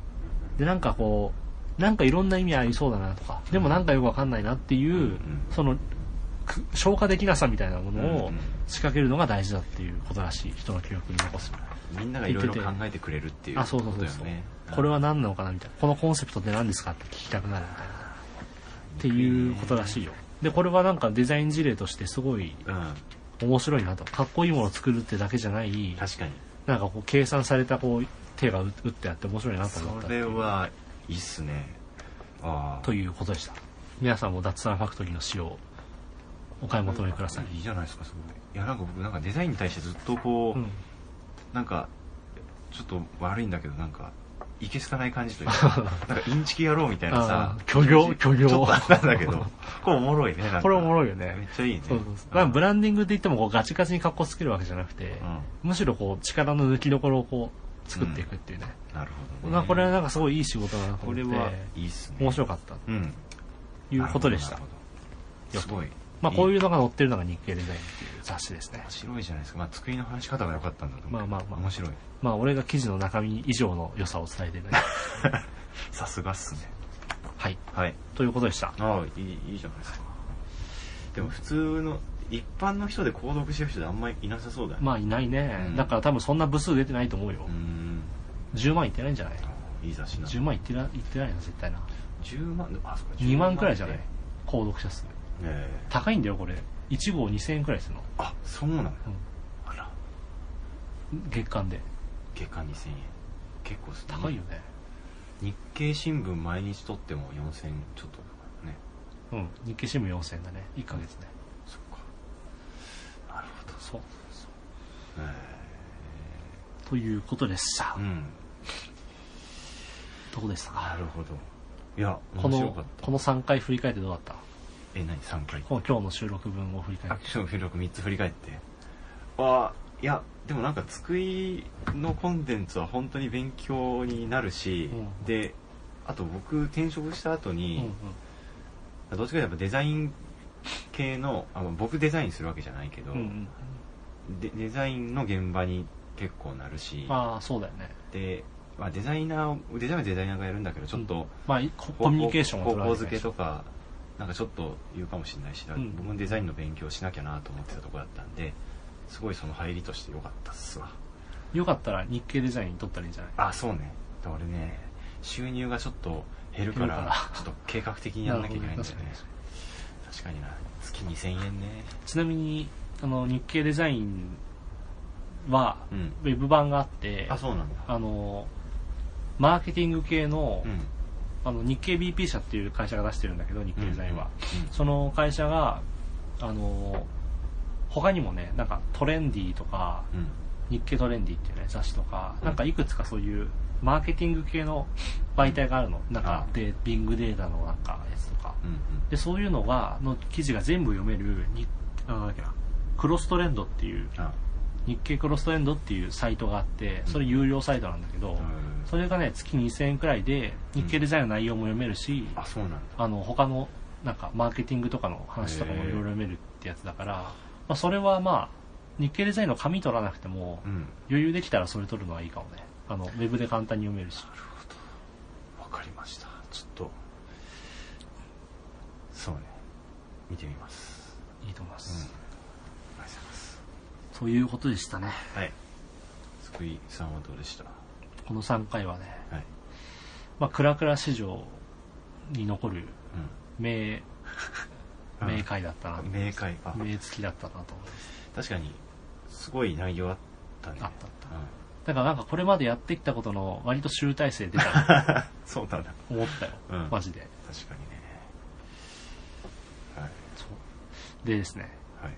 [SPEAKER 1] で、なんかこう、なんかいろんな意味ありそうだなとか、でもなんかよくわかんないなっていう、
[SPEAKER 2] ん
[SPEAKER 1] その、く消化できなさみたいなもの
[SPEAKER 2] う
[SPEAKER 1] を
[SPEAKER 2] んうん
[SPEAKER 1] 仕掛けるのが大事だっていうことらしい。人の記憶に残す。
[SPEAKER 2] みんながいろいろ考えてくれるっていう
[SPEAKER 1] あ、
[SPEAKER 2] こ
[SPEAKER 1] そう
[SPEAKER 2] と
[SPEAKER 1] そうそう
[SPEAKER 2] だよ
[SPEAKER 1] そう、
[SPEAKER 2] ね。
[SPEAKER 1] これは何なのかなみたいな。このコンセプトって何ですかって聞きたくなるみたいな。っていうことらしいよ。で、これはなんかデザイン事例としてすごい
[SPEAKER 2] うん。
[SPEAKER 1] 面白いなと。かっこいいものを作るってだけじゃない、
[SPEAKER 2] 確かに。
[SPEAKER 1] なんかこう計算されたこう手が打打ってあって面白いなと思った
[SPEAKER 2] そ
[SPEAKER 1] ってい
[SPEAKER 2] れ
[SPEAKER 1] う
[SPEAKER 2] は、いいっすね。ああ。
[SPEAKER 1] ということでした。皆さんも脱サラファクトリーの使用、お買い求めください。
[SPEAKER 2] いいじゃないですか、すごい。いや、なんか僕、なんかデザインに対してずっとこう、
[SPEAKER 1] うん。
[SPEAKER 2] なんか、ちょっと悪いんだけど、なんか、いけすかない感じというか、 なんかインチキやろうみたいなさ
[SPEAKER 1] あ、ー虚業
[SPEAKER 2] インチ
[SPEAKER 1] 虚業
[SPEAKER 2] ちょっとあったんだ けど、これおもろいね、なんか
[SPEAKER 1] これおもろいよ
[SPEAKER 2] めっ
[SPEAKER 1] ね。
[SPEAKER 2] ちゃいいね。
[SPEAKER 1] そうそうそう。まあブランディングって言ってもこうガチガチに格好つけるわけじゃなくて、
[SPEAKER 2] う
[SPEAKER 1] むしろこう力の抜きどころをこう作っていくっていうね。
[SPEAKER 2] ん。なるほど、
[SPEAKER 1] まあ
[SPEAKER 2] ね。
[SPEAKER 1] これはなんかすごいいい仕事だなと
[SPEAKER 2] こ
[SPEAKER 1] 思っ
[SPEAKER 2] れ
[SPEAKER 1] て、
[SPEAKER 2] はいいっすね。
[SPEAKER 1] 面白かったと
[SPEAKER 2] うん。
[SPEAKER 1] いうことでし
[SPEAKER 2] な
[SPEAKER 1] た
[SPEAKER 2] る。ほど。すごい。
[SPEAKER 1] まあこう
[SPEAKER 2] う。
[SPEAKER 1] いうのが載ってるのが日経デザインっていう雑誌ですね
[SPEAKER 2] 面。白いじゃないですか。まあ、作りの話し方が良かったんだと思う。
[SPEAKER 1] まあまあまあ
[SPEAKER 2] 面白い。
[SPEAKER 1] まあ俺が記事の中身以上の良さを伝えてるね。
[SPEAKER 2] さすがっすね。
[SPEAKER 1] はい。
[SPEAKER 2] はい。
[SPEAKER 1] ということでした。
[SPEAKER 2] ああ、いい、いいじゃないですか。でも普通の、一般の人で購読してる人であんまりいなさそうだよね。
[SPEAKER 1] まあいないね
[SPEAKER 2] う。ん
[SPEAKER 1] だから多分そんな部数出てないと思うよ
[SPEAKER 2] うー。ん。
[SPEAKER 1] 10万いってないんじゃない
[SPEAKER 2] いい雑誌な。
[SPEAKER 1] ?10 万いってない、いってないな、絶対な。
[SPEAKER 2] 10万、あ、そうか、
[SPEAKER 1] 2万くらいじゃない
[SPEAKER 2] ね
[SPEAKER 1] 購読者数。
[SPEAKER 2] え
[SPEAKER 1] 高いんだよ、これ。1号2000円くらいするの。
[SPEAKER 2] あ、そうなの、あら、
[SPEAKER 1] 月間で。
[SPEAKER 2] 月間2000円。結構す
[SPEAKER 1] 高いよ。ね。
[SPEAKER 2] 日経新聞毎日取っても4000ちょっとだからね。
[SPEAKER 1] うん。日経新聞4000円だね。1ヶ月ね。
[SPEAKER 2] そっか。なるほど。
[SPEAKER 1] そう。
[SPEAKER 2] え
[SPEAKER 1] ということでした
[SPEAKER 2] え。うん。
[SPEAKER 1] どうでしたか
[SPEAKER 2] なるほど。いや、
[SPEAKER 1] こ
[SPEAKER 2] 面白か
[SPEAKER 1] の
[SPEAKER 2] っ、た。
[SPEAKER 1] この3回振り返ってどうだった
[SPEAKER 2] え何3回
[SPEAKER 1] こう今日の収録分を振り返
[SPEAKER 2] ア
[SPEAKER 1] っ
[SPEAKER 2] クションフ力3つ振り返ってあいやでもなんか津久井のコンテンツは本当に勉強になるし、
[SPEAKER 1] うん
[SPEAKER 2] であと僕転職した
[SPEAKER 1] て。
[SPEAKER 2] 後
[SPEAKER 1] うんう
[SPEAKER 2] に
[SPEAKER 1] ん、
[SPEAKER 2] どっちかというとデザイン系のあの僕デザインするわけじゃないけど、
[SPEAKER 1] うんうん。
[SPEAKER 2] でデザインの現場に結構なるし
[SPEAKER 1] ああ、そうだよね。
[SPEAKER 2] で、まあ、デザイナーデザインはデザイナーがやるんだけどちょっと、
[SPEAKER 1] うんまあ、ココミュニケーションを
[SPEAKER 2] 方
[SPEAKER 1] 取られ
[SPEAKER 2] 向
[SPEAKER 1] てる
[SPEAKER 2] づけとかなんかちょっと言うかもしれないし、
[SPEAKER 1] ん
[SPEAKER 2] 僕もデザインの勉強しなきゃなと思ってたとこだったんですごいその入りとして良かったっすわ
[SPEAKER 1] よかったら日経デザイン取ったらいいんじゃない
[SPEAKER 2] あそうねで俺ね収入がちょっと減るから
[SPEAKER 1] 減るから
[SPEAKER 2] ちょっと計画的にやんなきゃいけないんだよ ね
[SPEAKER 1] なるほど
[SPEAKER 2] 確かにな月2000円ね
[SPEAKER 1] ちなみに、あの、日経デザインは、
[SPEAKER 2] うん
[SPEAKER 1] ウェブ版があって、
[SPEAKER 2] あそうなんだ
[SPEAKER 1] あの、マーケティング系の、
[SPEAKER 2] うん
[SPEAKER 1] あの日経 BP 社っていう会社が出してるんだけど、日経デザインは。
[SPEAKER 2] うん
[SPEAKER 1] その会社が、あの、他にもね、なんかトレンディとか、
[SPEAKER 2] うん
[SPEAKER 1] 日経トレンディっていうね、雑誌とか、
[SPEAKER 2] うん
[SPEAKER 1] なんかいくつかそういうマーケティング系の媒体があるの。なんか
[SPEAKER 2] あ、
[SPEAKER 1] で、ビングデータのなんかやつとか。
[SPEAKER 2] うん
[SPEAKER 1] で、そういうのが、の記事が全部読める、にあなんだっけな、クロストレンドっていう、
[SPEAKER 2] うんあ
[SPEAKER 1] 日経クロストレンドっていうサイトがあって、それ有料サイトなんだけど、
[SPEAKER 2] うん
[SPEAKER 1] それがね、月2000円くらいで、日経デザインの内容も読めるし、
[SPEAKER 2] あそうなんだ
[SPEAKER 1] あの、他の、なんか、マーケティングとかの話とかもいろいろ読めるってやつだから、まあ、それはまあ、日経デザインの紙取らなくても
[SPEAKER 2] う、ん
[SPEAKER 1] 余裕できたらそれ取るのはいいかもね。あの、ウェブで簡単に読めるし。
[SPEAKER 2] わかりましたちょっとそうね見てみます
[SPEAKER 1] いいと思いま
[SPEAKER 2] うん
[SPEAKER 1] す。
[SPEAKER 2] ありがとうございます
[SPEAKER 1] ということでしたね。
[SPEAKER 2] はい津久井さんはどうでしたは
[SPEAKER 1] この3回はね、
[SPEAKER 2] い
[SPEAKER 1] まあ、クラクラ史上に残る名、
[SPEAKER 2] うん
[SPEAKER 1] 名回だったな
[SPEAKER 2] あ。明快あ
[SPEAKER 1] 名付きだったなと思います。
[SPEAKER 2] 確かにすごい内容あったね
[SPEAKER 1] あったあった
[SPEAKER 2] うん
[SPEAKER 1] だからなんかこれまでやってきたことの割と集大成出たな
[SPEAKER 2] そうだな。
[SPEAKER 1] と思ったよ
[SPEAKER 2] うん
[SPEAKER 1] マジで。
[SPEAKER 2] 確かにねはい
[SPEAKER 1] そう。でですね、
[SPEAKER 2] は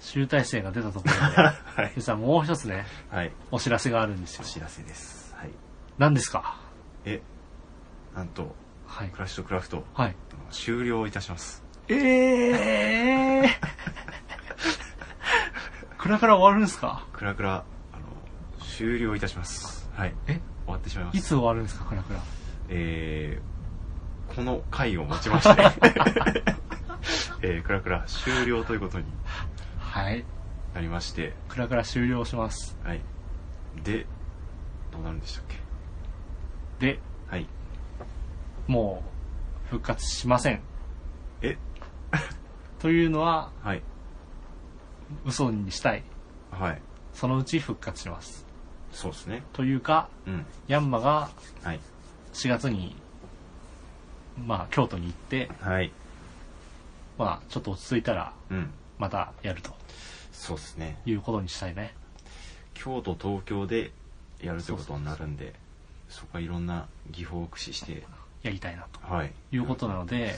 [SPEAKER 1] 集大成が出たとこ ろで、
[SPEAKER 2] いはい
[SPEAKER 1] 実はもう一つね、
[SPEAKER 2] はい
[SPEAKER 1] お知らせがあるんです
[SPEAKER 2] お
[SPEAKER 1] よ。
[SPEAKER 2] 知らせですはい
[SPEAKER 1] 何ですか
[SPEAKER 2] えなんと
[SPEAKER 1] はい
[SPEAKER 2] ク。ラッシュとクラフト
[SPEAKER 1] はい。
[SPEAKER 2] 終了いたします
[SPEAKER 1] ええー、 クラクラ終わるんですか
[SPEAKER 2] クラクラあの終了いたしますはい
[SPEAKER 1] え
[SPEAKER 2] 終わってしまいま
[SPEAKER 1] い
[SPEAKER 2] した
[SPEAKER 1] つ終わるんですか、クラクラ。
[SPEAKER 2] えーこの回をもち まして、えー、クラクラ終了ということに
[SPEAKER 1] はい。
[SPEAKER 2] なりまして、
[SPEAKER 1] クラクラ終了します。
[SPEAKER 2] はい。で、どうなるんでしたっけ
[SPEAKER 1] で、
[SPEAKER 2] はい。
[SPEAKER 1] もう、復活しません。
[SPEAKER 2] え
[SPEAKER 1] というのは、
[SPEAKER 2] はい。
[SPEAKER 1] 嘘にしたい。
[SPEAKER 2] はい。
[SPEAKER 1] そのうち復活します。
[SPEAKER 2] そうですね。
[SPEAKER 1] というか、
[SPEAKER 2] うん。
[SPEAKER 1] ヤンマが
[SPEAKER 2] はい。
[SPEAKER 1] 4月に、まあ、京都に行って、
[SPEAKER 2] はい。
[SPEAKER 1] まあ、ちょっと落ち着いたら、
[SPEAKER 2] うん。
[SPEAKER 1] またやると
[SPEAKER 2] そうですね。
[SPEAKER 1] いうことにしたいね。
[SPEAKER 2] 京都、東京でやるということになるんで、そこはいろんな技法を駆使して、
[SPEAKER 1] やりたいなと。
[SPEAKER 2] はい。
[SPEAKER 1] いうことなので、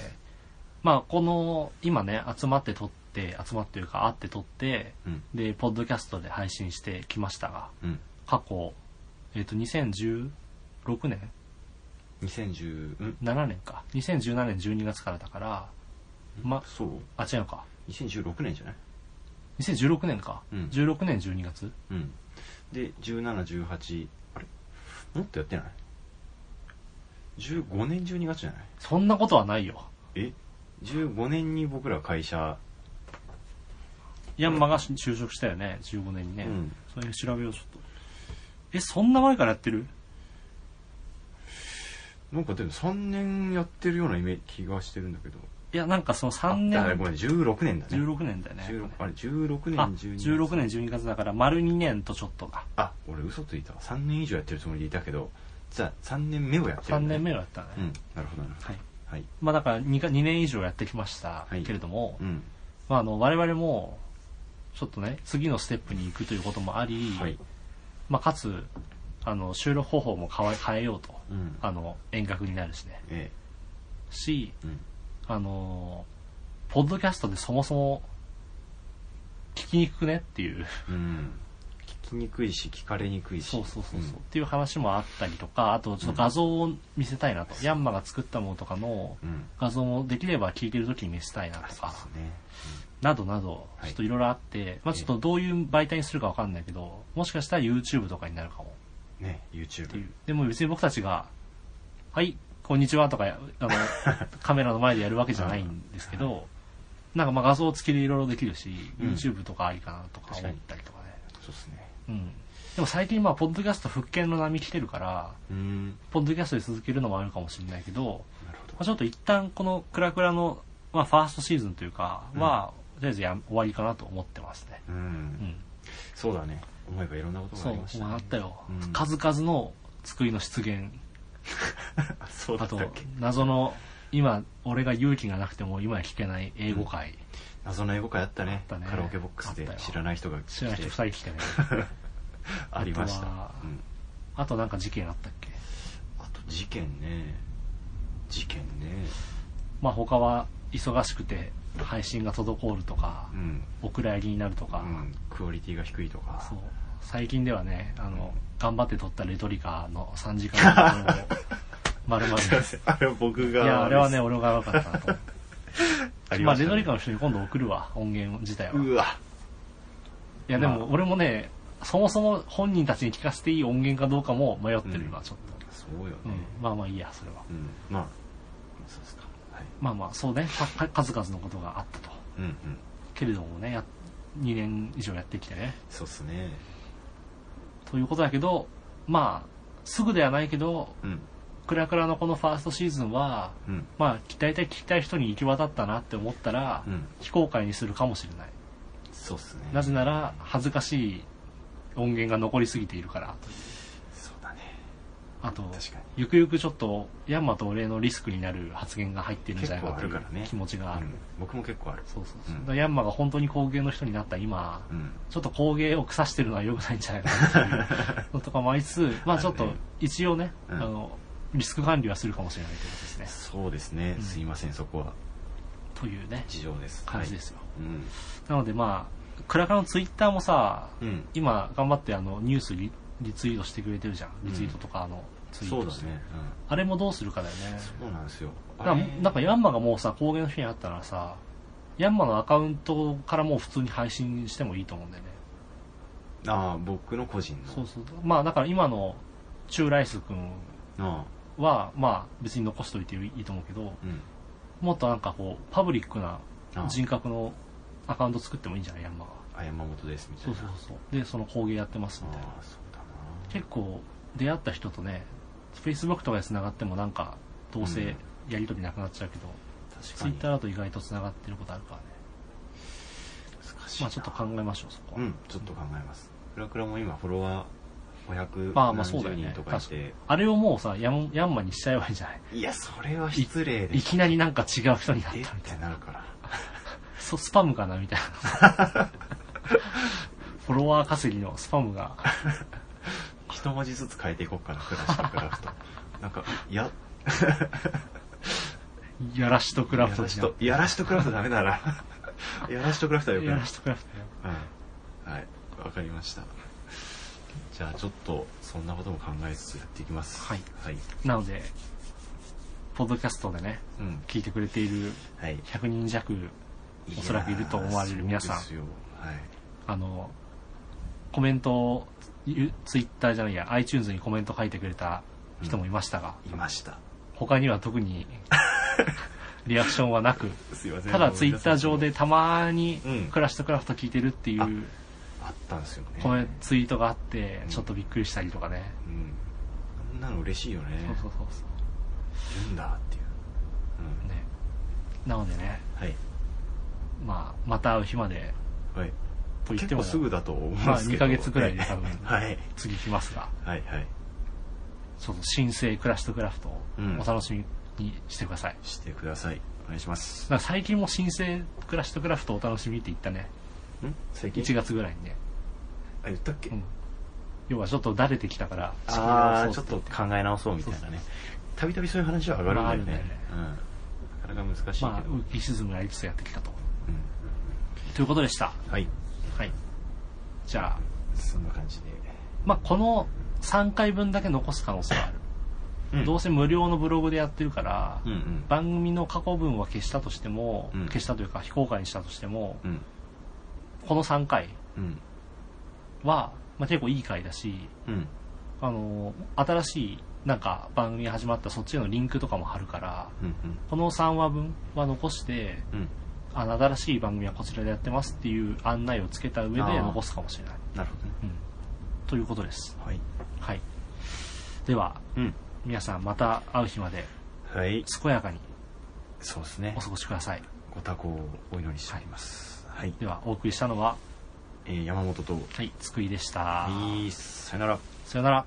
[SPEAKER 1] まあ、この、今ね、集まって撮って、集まってというか、会って撮って、
[SPEAKER 2] うん。
[SPEAKER 1] で、ポッドキャストで配信してきましたが、
[SPEAKER 2] うん。
[SPEAKER 1] 過去、えっ、と、2016年
[SPEAKER 2] 2010、うん
[SPEAKER 1] ?7 年か。2017年12月からだから、ま、
[SPEAKER 2] そう
[SPEAKER 1] あ、違うか。
[SPEAKER 2] ?2016 年じゃない
[SPEAKER 1] 2016年か。
[SPEAKER 2] うん
[SPEAKER 1] 16年12月
[SPEAKER 2] うん。で、17、18、あれもっとやってない ?15 年12月じゃない
[SPEAKER 1] そんなことはないよ。
[SPEAKER 2] え ?15 年に僕ら会社、
[SPEAKER 1] ヤンマが就職したよね、15年にね。
[SPEAKER 2] うん
[SPEAKER 1] それ調べよう、ちょっと。え、そんな前からやってる
[SPEAKER 2] なんかでも3年やってるようなイメージ気がしてるんだけど。
[SPEAKER 1] いや、なんかその3
[SPEAKER 2] あだから
[SPEAKER 1] 年
[SPEAKER 2] ご、めん、16年だね。
[SPEAKER 1] 16年だよね。
[SPEAKER 2] 16あれ、16年
[SPEAKER 1] あ、
[SPEAKER 2] 12
[SPEAKER 1] 16年12月だから、丸2年とちょっとか。
[SPEAKER 2] あ、俺嘘ついたわ。3年以上やってるつもりでいたけど、じゃあ3年目をやってる
[SPEAKER 1] 3
[SPEAKER 2] んだね、
[SPEAKER 1] 年目をやったね。
[SPEAKER 2] うん、なるほどなるほど。
[SPEAKER 1] はい。
[SPEAKER 2] はい。
[SPEAKER 1] まあだから2か、2年以上やってきました
[SPEAKER 2] はい
[SPEAKER 1] けれども、
[SPEAKER 2] うん。
[SPEAKER 1] まああの、我々も、ちょっとね、次のステップに行くということもあり、
[SPEAKER 2] はい。
[SPEAKER 1] まあかつ、あの、収録方法も変え変えようと。
[SPEAKER 2] うん。
[SPEAKER 1] あの、遠隔になるしね。
[SPEAKER 2] え
[SPEAKER 1] し、
[SPEAKER 2] え。うん。
[SPEAKER 1] あの、ポッドキャストでそもそも、聞きにくくねっていう。
[SPEAKER 2] うん。きにくいし聞かれにくいし
[SPEAKER 1] そうそうそうそう、
[SPEAKER 2] ん
[SPEAKER 1] っていう話もあったりとかあとちょっと画像を見せたいなと、ヤンマが作ったものとかの
[SPEAKER 2] うん
[SPEAKER 1] 画像もできれば聞いてる時に見せたいな
[SPEAKER 2] あ
[SPEAKER 1] と
[SPEAKER 2] そう
[SPEAKER 1] か
[SPEAKER 2] ですね
[SPEAKER 1] などなど
[SPEAKER 2] は
[SPEAKER 1] ち
[SPEAKER 2] い
[SPEAKER 1] ょっといろいろあって、まあちょっとどういう媒体にするかわかんないけどもしかしたら YouTube とかになるかも
[SPEAKER 2] うんね
[SPEAKER 1] ってい
[SPEAKER 2] YouTube
[SPEAKER 1] うでも別に僕たちが「はいこんにちは」とかあ のカメラの前でやるわけじゃないんですけど、なんかまあ画像付きでいろいろできるし、
[SPEAKER 2] うん
[SPEAKER 1] YouTube とかありかなとか思
[SPEAKER 2] 確か
[SPEAKER 1] っ
[SPEAKER 2] に
[SPEAKER 1] たりとかね
[SPEAKER 2] そうですね
[SPEAKER 1] うんでも最近まあポッドキャスト復権の波来てるから
[SPEAKER 2] うん
[SPEAKER 1] ポッドキャストで続けるのもあるかもしれないけど、
[SPEAKER 2] なるほ
[SPEAKER 1] まあ、ちょっと一旦このクラクラの、まあ、ファーストシーズンというかは、とりあえずや終わりかなと思ってますね。
[SPEAKER 2] どう
[SPEAKER 1] うんん。
[SPEAKER 2] そうだね思えばいろんなことが
[SPEAKER 1] そ
[SPEAKER 2] あ
[SPEAKER 1] う
[SPEAKER 2] りまし、た
[SPEAKER 1] まあ、あ
[SPEAKER 2] ね
[SPEAKER 1] ったよ、
[SPEAKER 2] うん
[SPEAKER 1] 数々の救いの出現。
[SPEAKER 2] あそうだ
[SPEAKER 1] あ
[SPEAKER 2] った
[SPEAKER 1] と
[SPEAKER 2] っけ、
[SPEAKER 1] 謎の、今、俺が勇気がなくても今は聞けない英語会。
[SPEAKER 2] 謎の英語会あったね
[SPEAKER 1] あったね
[SPEAKER 2] カラオケボックスで
[SPEAKER 1] あったよ
[SPEAKER 2] 知らない人が来
[SPEAKER 1] 知らない人
[SPEAKER 2] て
[SPEAKER 1] 2人来てね。
[SPEAKER 2] ありま
[SPEAKER 1] あ
[SPEAKER 2] し
[SPEAKER 1] と
[SPEAKER 2] た
[SPEAKER 1] は
[SPEAKER 2] うん
[SPEAKER 1] あとなんか事件あったっけ
[SPEAKER 2] あと事件ね事件ね
[SPEAKER 1] まあ他は忙しくて配信が滞るとか
[SPEAKER 2] う、ん
[SPEAKER 1] お蔵入りになるとか、
[SPEAKER 2] うんクオリティが低いとか
[SPEAKER 1] そう最近ではねあの頑張って撮ったレトリカの3時間 のまるまる
[SPEAKER 2] すいませんあれは僕
[SPEAKER 1] い
[SPEAKER 2] が
[SPEAKER 1] やあれはね俺が悪かったなと 思って
[SPEAKER 2] あり
[SPEAKER 1] まあ
[SPEAKER 2] まし
[SPEAKER 1] レ
[SPEAKER 2] たね
[SPEAKER 1] トリカの人に今度送るわ音源自体は
[SPEAKER 2] う
[SPEAKER 1] い
[SPEAKER 2] わ
[SPEAKER 1] やで
[SPEAKER 2] ま
[SPEAKER 1] も俺もねそもそも本人たちに聞かせていい音源かどうかも迷って
[SPEAKER 2] う
[SPEAKER 1] る
[SPEAKER 2] ん
[SPEAKER 1] 今ちょっ
[SPEAKER 2] そうよ
[SPEAKER 1] と、うん
[SPEAKER 2] ね
[SPEAKER 1] まあまあいいやそれは
[SPEAKER 2] うんまあそうですかはい
[SPEAKER 1] まあまあそうねか数々のことがあったと
[SPEAKER 2] うんうん
[SPEAKER 1] けれどもねや2年以上やってきてね
[SPEAKER 2] そうっすね
[SPEAKER 1] ということだけどまあすぐではないけど
[SPEAKER 2] うん
[SPEAKER 1] クラクラのこのファーストシーズンは
[SPEAKER 2] うん
[SPEAKER 1] まあ、大体聞きたい人に行き渡ったなって思ったら、
[SPEAKER 2] うん
[SPEAKER 1] 非公開にするかもしれない。
[SPEAKER 2] そうっすね
[SPEAKER 1] なぜなら、恥ずかしい音源が残りすぎているから。
[SPEAKER 2] そうだね
[SPEAKER 1] あと、
[SPEAKER 2] 確かに
[SPEAKER 1] ゆくゆくちょっと、ヤンマと俺のリスクになる発言が入ってるんじゃないかとい
[SPEAKER 2] 結構あるから
[SPEAKER 1] う
[SPEAKER 2] ね
[SPEAKER 1] 気持ちがある。
[SPEAKER 2] うん僕も結構ある
[SPEAKER 1] そうそうそう。
[SPEAKER 2] うん
[SPEAKER 1] だからヤンマが本当に工芸の人になった今、
[SPEAKER 2] うん
[SPEAKER 1] ちょっと工芸を腐してるのは良くないんじゃないかなって いうのとかもありつつ、まあちょっと
[SPEAKER 2] あるね、
[SPEAKER 1] 一応ね、
[SPEAKER 2] うん
[SPEAKER 1] あの、リスク管理はするかもしれないということですね。
[SPEAKER 2] そうですね
[SPEAKER 1] うん
[SPEAKER 2] すいませんそこは
[SPEAKER 1] というね、
[SPEAKER 2] 事情です
[SPEAKER 1] 感じですよ。
[SPEAKER 2] はいうん
[SPEAKER 1] なのでまあ、クラカのツイッターもさ、
[SPEAKER 2] うん
[SPEAKER 1] 今頑張ってあのニュースリリツイートしてくれてるじゃん。リツイートとかあの、ツイ
[SPEAKER 2] そ
[SPEAKER 1] ー
[SPEAKER 2] う
[SPEAKER 1] ト
[SPEAKER 2] だ
[SPEAKER 1] して
[SPEAKER 2] ね
[SPEAKER 1] あれもどうするかだよね
[SPEAKER 2] うん。そうなんですよ
[SPEAKER 1] だ
[SPEAKER 2] あ
[SPEAKER 1] から
[SPEAKER 2] れ
[SPEAKER 1] なんかヤンマがもうさ、高原の人に会ったらさ、ヤンマのアカウントからもう普通に配信してもいいと思うんだよね。
[SPEAKER 2] ああ僕の個人の
[SPEAKER 1] そうそう。まあだから今のチューライス君
[SPEAKER 2] あ
[SPEAKER 1] は、まあ別に残しといていいと思うけど、
[SPEAKER 2] あうん
[SPEAKER 1] もっとなんかこう、パブリックな
[SPEAKER 2] ああ
[SPEAKER 1] 人格のアカウント作ってもいいんじゃないヤンマが。
[SPEAKER 2] あ山本ですみたい
[SPEAKER 1] そう
[SPEAKER 2] な
[SPEAKER 1] そうそう。で、その工芸やってますみたいな。
[SPEAKER 2] ああそうだな
[SPEAKER 1] 結構出会った人とね Facebook とかで繋がってもなんかどうせやり取りなくなっちゃうけど、
[SPEAKER 2] 確かに
[SPEAKER 1] Twitter だと意外と繋がってることあるからね
[SPEAKER 2] 難しいな
[SPEAKER 1] まあちょっと考えましょうそこは、
[SPEAKER 2] うんちょっと考えますクラクラも今フォロワー500
[SPEAKER 1] まあまあそうだよね
[SPEAKER 2] 何十人とかいて
[SPEAKER 1] あれをもうさヤンヤンマにしちゃえばいいんじゃない
[SPEAKER 2] いやそれは失礼で
[SPEAKER 1] い
[SPEAKER 2] しょ
[SPEAKER 1] きなりなんか違う人になっ
[SPEAKER 2] えった
[SPEAKER 1] みた
[SPEAKER 2] て
[SPEAKER 1] いな
[SPEAKER 2] なるから
[SPEAKER 1] そうスパムかなみたいなフォロワー稼ぎのスパムが
[SPEAKER 2] 一文字ずつ変えていこうかなクラシとク ラフトなんかや
[SPEAKER 1] やらしとクラフト
[SPEAKER 2] やら
[SPEAKER 1] に
[SPEAKER 2] し
[SPEAKER 1] な
[SPEAKER 2] とやらしと クラフトダメだなやらしとクラフトはよく
[SPEAKER 1] や
[SPEAKER 2] ない
[SPEAKER 1] らしとクラフトだよ
[SPEAKER 2] うんはいわかりましたじゃあちょっとそんなことも考えつつやっていきます
[SPEAKER 1] はい
[SPEAKER 2] はい
[SPEAKER 1] なのでポッドキャストでね
[SPEAKER 2] うん
[SPEAKER 1] 聞いてくれている
[SPEAKER 2] はい
[SPEAKER 1] 100人弱おそらくいると思われる皆さん
[SPEAKER 2] いやーそう
[SPEAKER 1] あの、コメントを、ゆツイッターじゃないや、iTunes にコメント書いてくれた人もいましたが、
[SPEAKER 2] ですよはいいました
[SPEAKER 1] 他には特 にリアクションはなく、
[SPEAKER 2] すいません
[SPEAKER 1] ただツイッター上でたまに
[SPEAKER 2] うん、
[SPEAKER 1] クラシとクラフト聞いてるってい
[SPEAKER 2] あ
[SPEAKER 1] う
[SPEAKER 2] あったんですよね
[SPEAKER 1] コメツイートがあって
[SPEAKER 2] う、ん
[SPEAKER 1] ちょっとびっくりしたりとかね。
[SPEAKER 2] うんあんなの嬉しいよね
[SPEAKER 1] そうそうそうそ
[SPEAKER 2] いるんだっていう、
[SPEAKER 1] う。ね。なのでね、
[SPEAKER 2] うん、はい
[SPEAKER 1] まあ、また会う日まで、
[SPEAKER 2] はい
[SPEAKER 1] と言って
[SPEAKER 2] 結
[SPEAKER 1] も、
[SPEAKER 2] 構すぐだと思うんですけど、
[SPEAKER 1] まあ2ヶ月くらいで多分
[SPEAKER 2] はい
[SPEAKER 1] 次来ますが、
[SPEAKER 2] はいはい
[SPEAKER 1] ちょっと新生クラシとクラフトを
[SPEAKER 2] うん
[SPEAKER 1] お楽しみにしてください。
[SPEAKER 2] してくださいお願いします
[SPEAKER 1] なんか最近も新生クラシットクラフトお楽しみって言ったね。
[SPEAKER 2] ん最
[SPEAKER 1] 1月ぐらいにね。
[SPEAKER 2] あ言ったっけ、
[SPEAKER 1] うん。要はちょっとだれてきたから、
[SPEAKER 2] ああ
[SPEAKER 1] 仕
[SPEAKER 2] ちょ
[SPEAKER 1] 切り直そう
[SPEAKER 2] っと
[SPEAKER 1] て
[SPEAKER 2] 考え直そうみたいなねたびたびそういう話は上がるんだよね,、うんなかなか難しいけど、
[SPEAKER 1] まあ、浮き沈むやりつつやってきたと。
[SPEAKER 2] うん
[SPEAKER 1] ということでした。
[SPEAKER 2] はい
[SPEAKER 1] はい。じゃあ、
[SPEAKER 2] そんな感じで。
[SPEAKER 1] まあ、この3回分だけ残す可能性はある。
[SPEAKER 2] うん
[SPEAKER 1] どうせ無料のブログでやってるから、
[SPEAKER 2] うんうん。
[SPEAKER 1] 番組の過去分は消したとしても、
[SPEAKER 2] うん
[SPEAKER 1] 消したというか非公開にしたとしても、
[SPEAKER 2] うん。
[SPEAKER 1] この3回
[SPEAKER 2] うん。
[SPEAKER 1] は、まあ、結構いい回だし、
[SPEAKER 2] うん。
[SPEAKER 1] あの、新しいなんか番組が始まったそっちへのリンクとかも貼るから、
[SPEAKER 2] うん。
[SPEAKER 1] この3話分は残して、
[SPEAKER 2] うん。うん。
[SPEAKER 1] あの新しい番組はこちらでやってますっていう案内をつけた上で
[SPEAKER 2] あー
[SPEAKER 1] 残すかもしれない。
[SPEAKER 2] なるほどね。
[SPEAKER 1] うん。ということです。
[SPEAKER 2] はい。
[SPEAKER 1] はい。では、
[SPEAKER 2] うん。
[SPEAKER 1] 皆さんまた会う日まで
[SPEAKER 2] はい。
[SPEAKER 1] 健やかに
[SPEAKER 2] そうですね
[SPEAKER 1] お。過ごしください。
[SPEAKER 2] ご多幸をお祈りしております。はい。
[SPEAKER 1] では、お送りしたのは、
[SPEAKER 2] えー山本と、
[SPEAKER 1] はい、つくいでした。
[SPEAKER 2] いいっすさよなら。
[SPEAKER 1] さよなら。